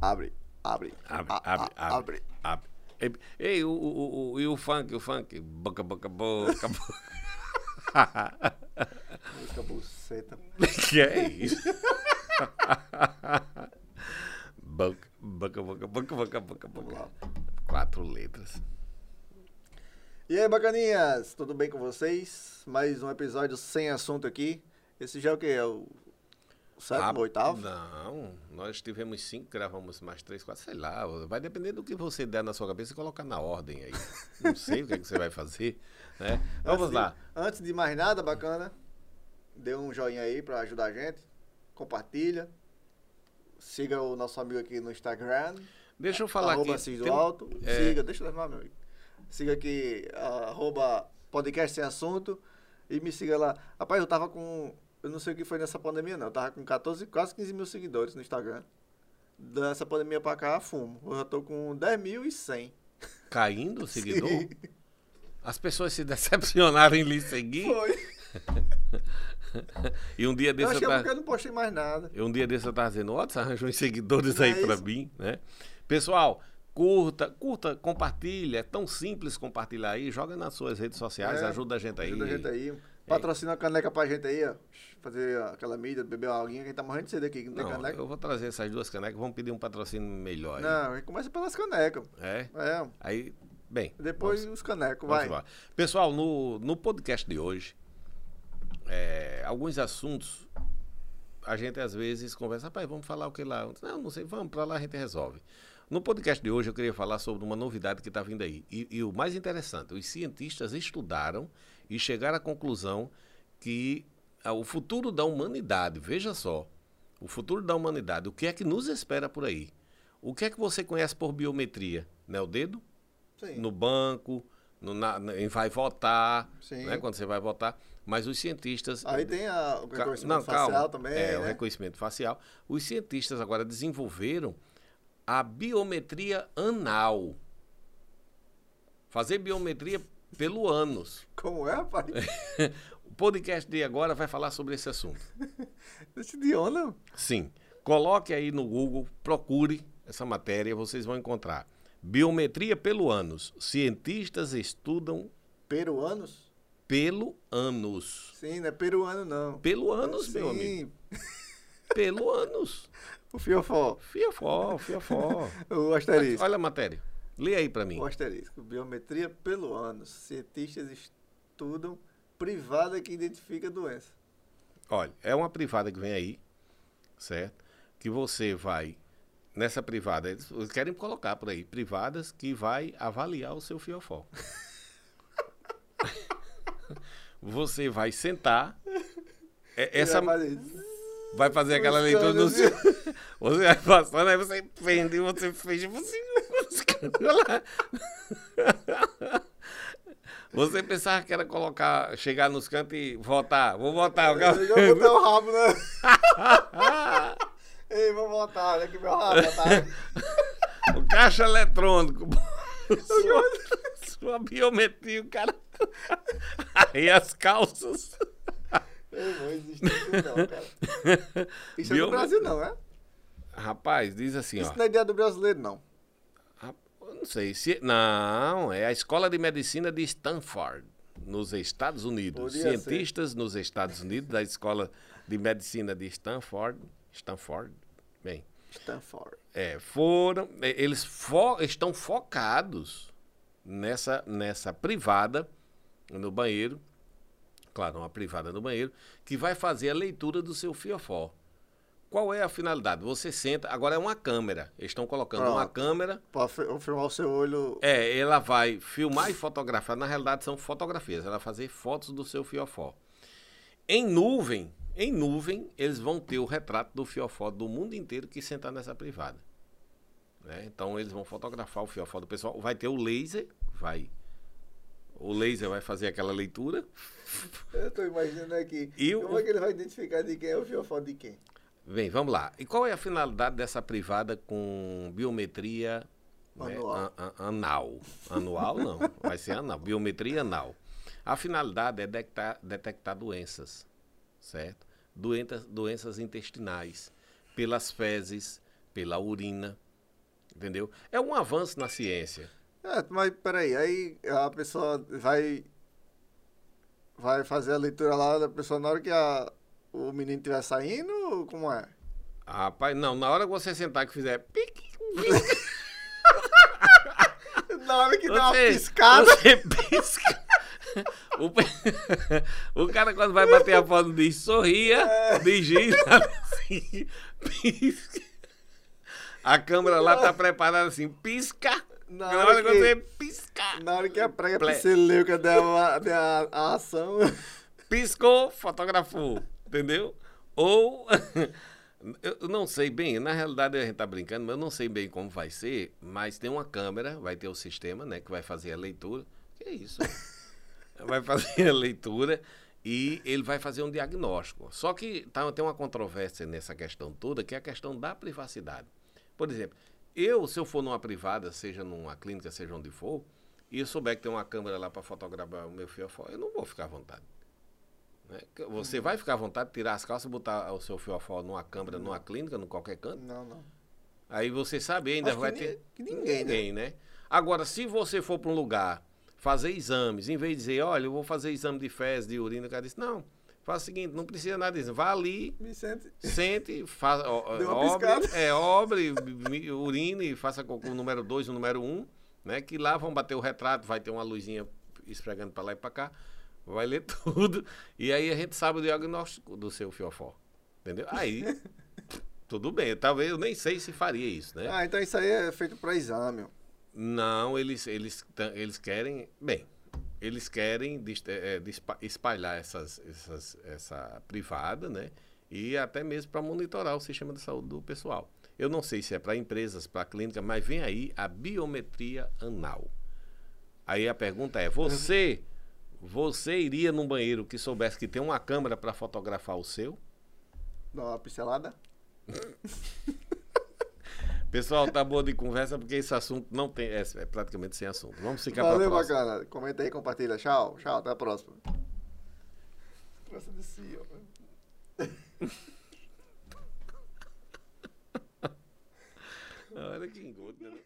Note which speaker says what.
Speaker 1: abre, abre. Ah,
Speaker 2: Abre,
Speaker 1: a-
Speaker 2: abre,
Speaker 1: a-
Speaker 2: abre. abre. Ei, ei, o, o, o, e o funk, o funk. Boca, boca, boca, boca.
Speaker 1: Música buceta.
Speaker 2: que é isso? boca, boca, boca, boca, boca, boca, boca. Quatro letras.
Speaker 1: E aí, bacaninhas, tudo bem com vocês? Mais um episódio sem assunto aqui. Esse já é o que? É o sétimo,
Speaker 2: Ah,
Speaker 1: oitavo?
Speaker 2: Não, nós tivemos cinco, gravamos mais três, quatro, sei lá. Vai depender do que você der na sua cabeça e colocar na ordem aí. Não sei o que, é que você vai fazer. Né? Vamos
Speaker 1: Antes de-
Speaker 2: lá.
Speaker 1: Antes de mais nada, bacana, dê um joinha aí pra ajudar a gente. Compartilha. Siga o nosso amigo aqui no Instagram.
Speaker 2: Deixa eu falar
Speaker 1: arroba
Speaker 2: aqui.
Speaker 1: Assis do
Speaker 2: tem-
Speaker 1: Alto.
Speaker 2: é.
Speaker 1: Siga, deixa eu levar, meu amigo. Siga aqui, ah, arroba podcast sem assunto. E me siga lá. Rapaz, eu tava com. Eu não sei o que foi nessa pandemia, não. Eu tava com 14, quase 15 mil seguidores no Instagram. Dessa pandemia pra cá, fumo. Eu já tô com 10.100.
Speaker 2: Caindo o seguidor? As pessoas se decepcionaram em lhe seguir.
Speaker 1: Foi.
Speaker 2: E um dia
Speaker 1: Eu
Speaker 2: desse eu,
Speaker 1: achei
Speaker 2: tava-
Speaker 1: porque eu não postei mais nada.
Speaker 2: e um dia desse eu tava dizendo, ó, você arranjou uns seguidores
Speaker 1: Não
Speaker 2: aí
Speaker 1: é
Speaker 2: pra
Speaker 1: isso?
Speaker 2: mim, né? Pessoal, curta, curta, compartilha. É tão simples compartilhar aí. Joga nas suas redes sociais,
Speaker 1: É,
Speaker 2: ajuda a gente aí.
Speaker 1: Ajuda a gente aí. Patrocina a caneca pra gente aí, ó. Fazer aquela mídia, beber uma alguinha, que a gente tá morrendo de sede aqui. que Não, tem
Speaker 2: Não,
Speaker 1: caneca.
Speaker 2: eu vou trazer essas duas canecas, vamos pedir um patrocínio melhor aí.
Speaker 1: Não, a gente começa pelas canecas.
Speaker 2: É?
Speaker 1: É.
Speaker 2: Aí, bem.
Speaker 1: Depois
Speaker 2: vamos-
Speaker 1: os canecos,
Speaker 2: vamos
Speaker 1: é vai.
Speaker 2: embora. Pessoal, no, no podcast de hoje, é, alguns assuntos a gente às vezes conversa, rapaz, vamos falar o que lá? Não, não sei, vamos pra lá, a gente resolve. No podcast de hoje eu queria falar sobre uma novidade que está vindo aí. E, e o mais interessante, os cientistas estudaram e chegaram à conclusão que ah, o futuro da humanidade, veja só, o futuro da humanidade, o que é que nos espera por aí? O que é que você conhece por biometria? Né, o dedo?
Speaker 1: Sim.
Speaker 2: no banco, no, na, na- em vai votar,
Speaker 1: Sim.
Speaker 2: né, quando você vai votar. Mas os cientistas.
Speaker 1: Aí tem a, o
Speaker 2: Ca-
Speaker 1: reconhecimento
Speaker 2: não,
Speaker 1: facial
Speaker 2: calma.
Speaker 1: também,
Speaker 2: É, o
Speaker 1: né?
Speaker 2: reconhecimento facial. Os cientistas agora desenvolveram a biometria anal. Fazer biometria pelo ânus.
Speaker 1: Como é, rapaz?
Speaker 2: O podcast de agora vai falar sobre esse assunto.
Speaker 1: Esse de onda.
Speaker 2: Sim. Coloque aí no Google, procure essa matéria, vocês vão encontrar. Biometria pelo ânus. Cientistas estudam
Speaker 1: Peruanos?
Speaker 2: pelo ânus.
Speaker 1: Sim, não é peruano, não.
Speaker 2: Pelo ânus,
Speaker 1: Sim,
Speaker 2: meu amigo. Pelo ânus.
Speaker 1: O fiofó,
Speaker 2: Fiafó, fiafó.
Speaker 1: o asterisco.
Speaker 2: Olha a matéria. Lê aí pra mim.
Speaker 1: O asterisco. Biometria pelo ânus. Cientistas estudam privada que identifica doença.
Speaker 2: Olha, é uma privada que vem aí, certo? Que você vai nessa privada. Eles eles querem colocar por aí privadas que vai avaliar o seu fiofó. Você vai sentar. é- Essa
Speaker 1: Vai fazer-
Speaker 2: vai fazer aquela leitura no seu. Você vai passando, aí você prende, você fecha, você. Olha lá. Você pensava que era colocar, chegar nos cantos e votar. Vou votar. eu quero-
Speaker 1: É, Eu vou botar o rabo, né? Ei, vou botar, olha aqui meu rabo, tá?
Speaker 2: O caixa eletrônico. Sua, sua biometria, o cara. tá- Aí as calças.
Speaker 1: Ei, não existe isso não, cara. Isso é
Speaker 2: Biometria.
Speaker 1: do Brasil não, é?
Speaker 2: Rapaz, diz assim, ó.
Speaker 1: Isso não é ideia do brasileiro, não.
Speaker 2: Ah, eu não sei se. Não, é a Escola de Medicina de Stanford, nos Estados Unidos.
Speaker 1: Podia
Speaker 2: Cientistas nos Estados Unidos, da Escola de Medicina de Stanford. Stanford, bem.
Speaker 1: Stanford.
Speaker 2: É, foram. é, Eles fo- estão focados nessa, nessa privada no banheiro. Claro, uma privada no banheiro, que vai fazer a leitura do seu fiofó. Qual é a finalidade? Você senta. Agora é uma câmera. Eles estão colocando uma
Speaker 1: Pronto.
Speaker 2: câmera
Speaker 1: Pra fi- um, filmar o seu olho
Speaker 2: é, ela vai filmar e fotografar. Na realidade, são fotografias. Ela vai fazer fotos do seu fiofó. Em nuvem, em nuvem, eles vão ter o retrato do fiofó do mundo inteiro que sentar nessa privada. Né? Então, eles vão fotografar o fiofó do pessoal. Vai ter o laser, vai. O laser vai fazer aquela leitura.
Speaker 1: Eu tô imaginando aqui.
Speaker 2: E o-
Speaker 1: Como é que ele vai identificar de quem é o fiofó de quem?
Speaker 2: Bem, vamos lá. E qual é a finalidade dessa privada com biometria né,
Speaker 1: Anual.
Speaker 2: an- an- anal? Anual não, vai ser anal. Biometria anal. A finalidade é detectar, detectar doenças, certo? Doenças, doenças intestinais, pelas fezes, pela urina, Entendeu? É um avanço na ciência.
Speaker 1: É, mas peraí, aí a pessoa vai vai fazer a leitura lá da pessoa na hora que a, o menino estiver saindo, como é?
Speaker 2: Ah, Rapaz, não, na hora que você sentar que fizer pique, um
Speaker 1: Na hora que dá uma
Speaker 2: Você-
Speaker 1: piscada.
Speaker 2: Você pisca. O, pe- o cara, quando vai bater a foto, diz sorria,
Speaker 1: É.
Speaker 2: digita, assim, pisca. A câmera lá tá preparada assim, pisca.
Speaker 1: Na
Speaker 2: Na
Speaker 1: hora
Speaker 2: hora, que
Speaker 1: é que-
Speaker 2: você pisca.
Speaker 1: Na hora que a prega
Speaker 2: Ple-
Speaker 1: pseleuca der, uma, der é a, a ação.
Speaker 2: Piscou, fotografou, entendeu? Ou. Eu não sei bem, na realidade a gente tá brincando, mas eu não sei bem como vai ser, mas tem uma câmera, vai ter o sistema, né, que vai fazer a leitura. Que isso? vai fazer a leitura e ele vai fazer um diagnóstico. Só que tá, tem uma controvérsia nessa questão toda, que é a questão da privacidade. Por exemplo, eu, se eu for numa privada, seja numa clínica, seja onde for, e eu souber que tem uma câmera lá para fotografar o meu fio a fio, eu não vou ficar à vontade. né? Que Você vai ficar à vontade de tirar as calças, botar o seu fio a fio numa câmera, numa clínica, em qualquer canto.
Speaker 1: Não, não.
Speaker 2: Aí você sabe, ainda
Speaker 1: Acho que
Speaker 2: vai
Speaker 1: ni-
Speaker 2: ter.
Speaker 1: que ninguém, né?
Speaker 2: né? Agora, se você for para um lugar fazer exames, em vez de dizer, olha, eu vou fazer exame de fezes, de urina, o cara disse, não, faz o seguinte, não precisa nada disso. Vá ali,
Speaker 1: Vicente.
Speaker 2: sente, faça. ó,
Speaker 1: Deu uma
Speaker 2: obre,
Speaker 1: piscada.
Speaker 2: é, obre, mi- urine, faça com com o número 2 e o número 1, um, né? Que lá vão bater o retrato, vai ter uma luzinha esfregando para lá e para cá, vai ler tudo. E aí a gente sabe o diagnóstico do seu fiofó. Entendeu? Aí. Tudo bem, talvez eu nem sei se faria isso, né?
Speaker 1: Ah, então isso aí é feito pra exame. ó.
Speaker 2: Não, eles, eles, tã- eles querem. Bem, eles querem dis- eh, eh, dispa- espalhar essas, essas, essa privada, né? E até mesmo para monitorar o sistema de saúde do pessoal. Eu não sei se é para empresas, para clínica, mas vem aí a biometria anal. Aí a pergunta é: você, você iria num banheiro que soubesse que tem uma câmera para fotografar o seu?
Speaker 1: Dá uma pincelada.
Speaker 2: Pessoal, tá boa de conversa porque esse assunto não tem, é, é praticamente sem assunto. Vamos ficar para
Speaker 1: Valeu,
Speaker 2: próxima.
Speaker 1: bacana. Comenta aí, compartilha. Tchau, tchau. Até a próxima. Gosta de né? si, ó.
Speaker 2: Olha que engodo, né?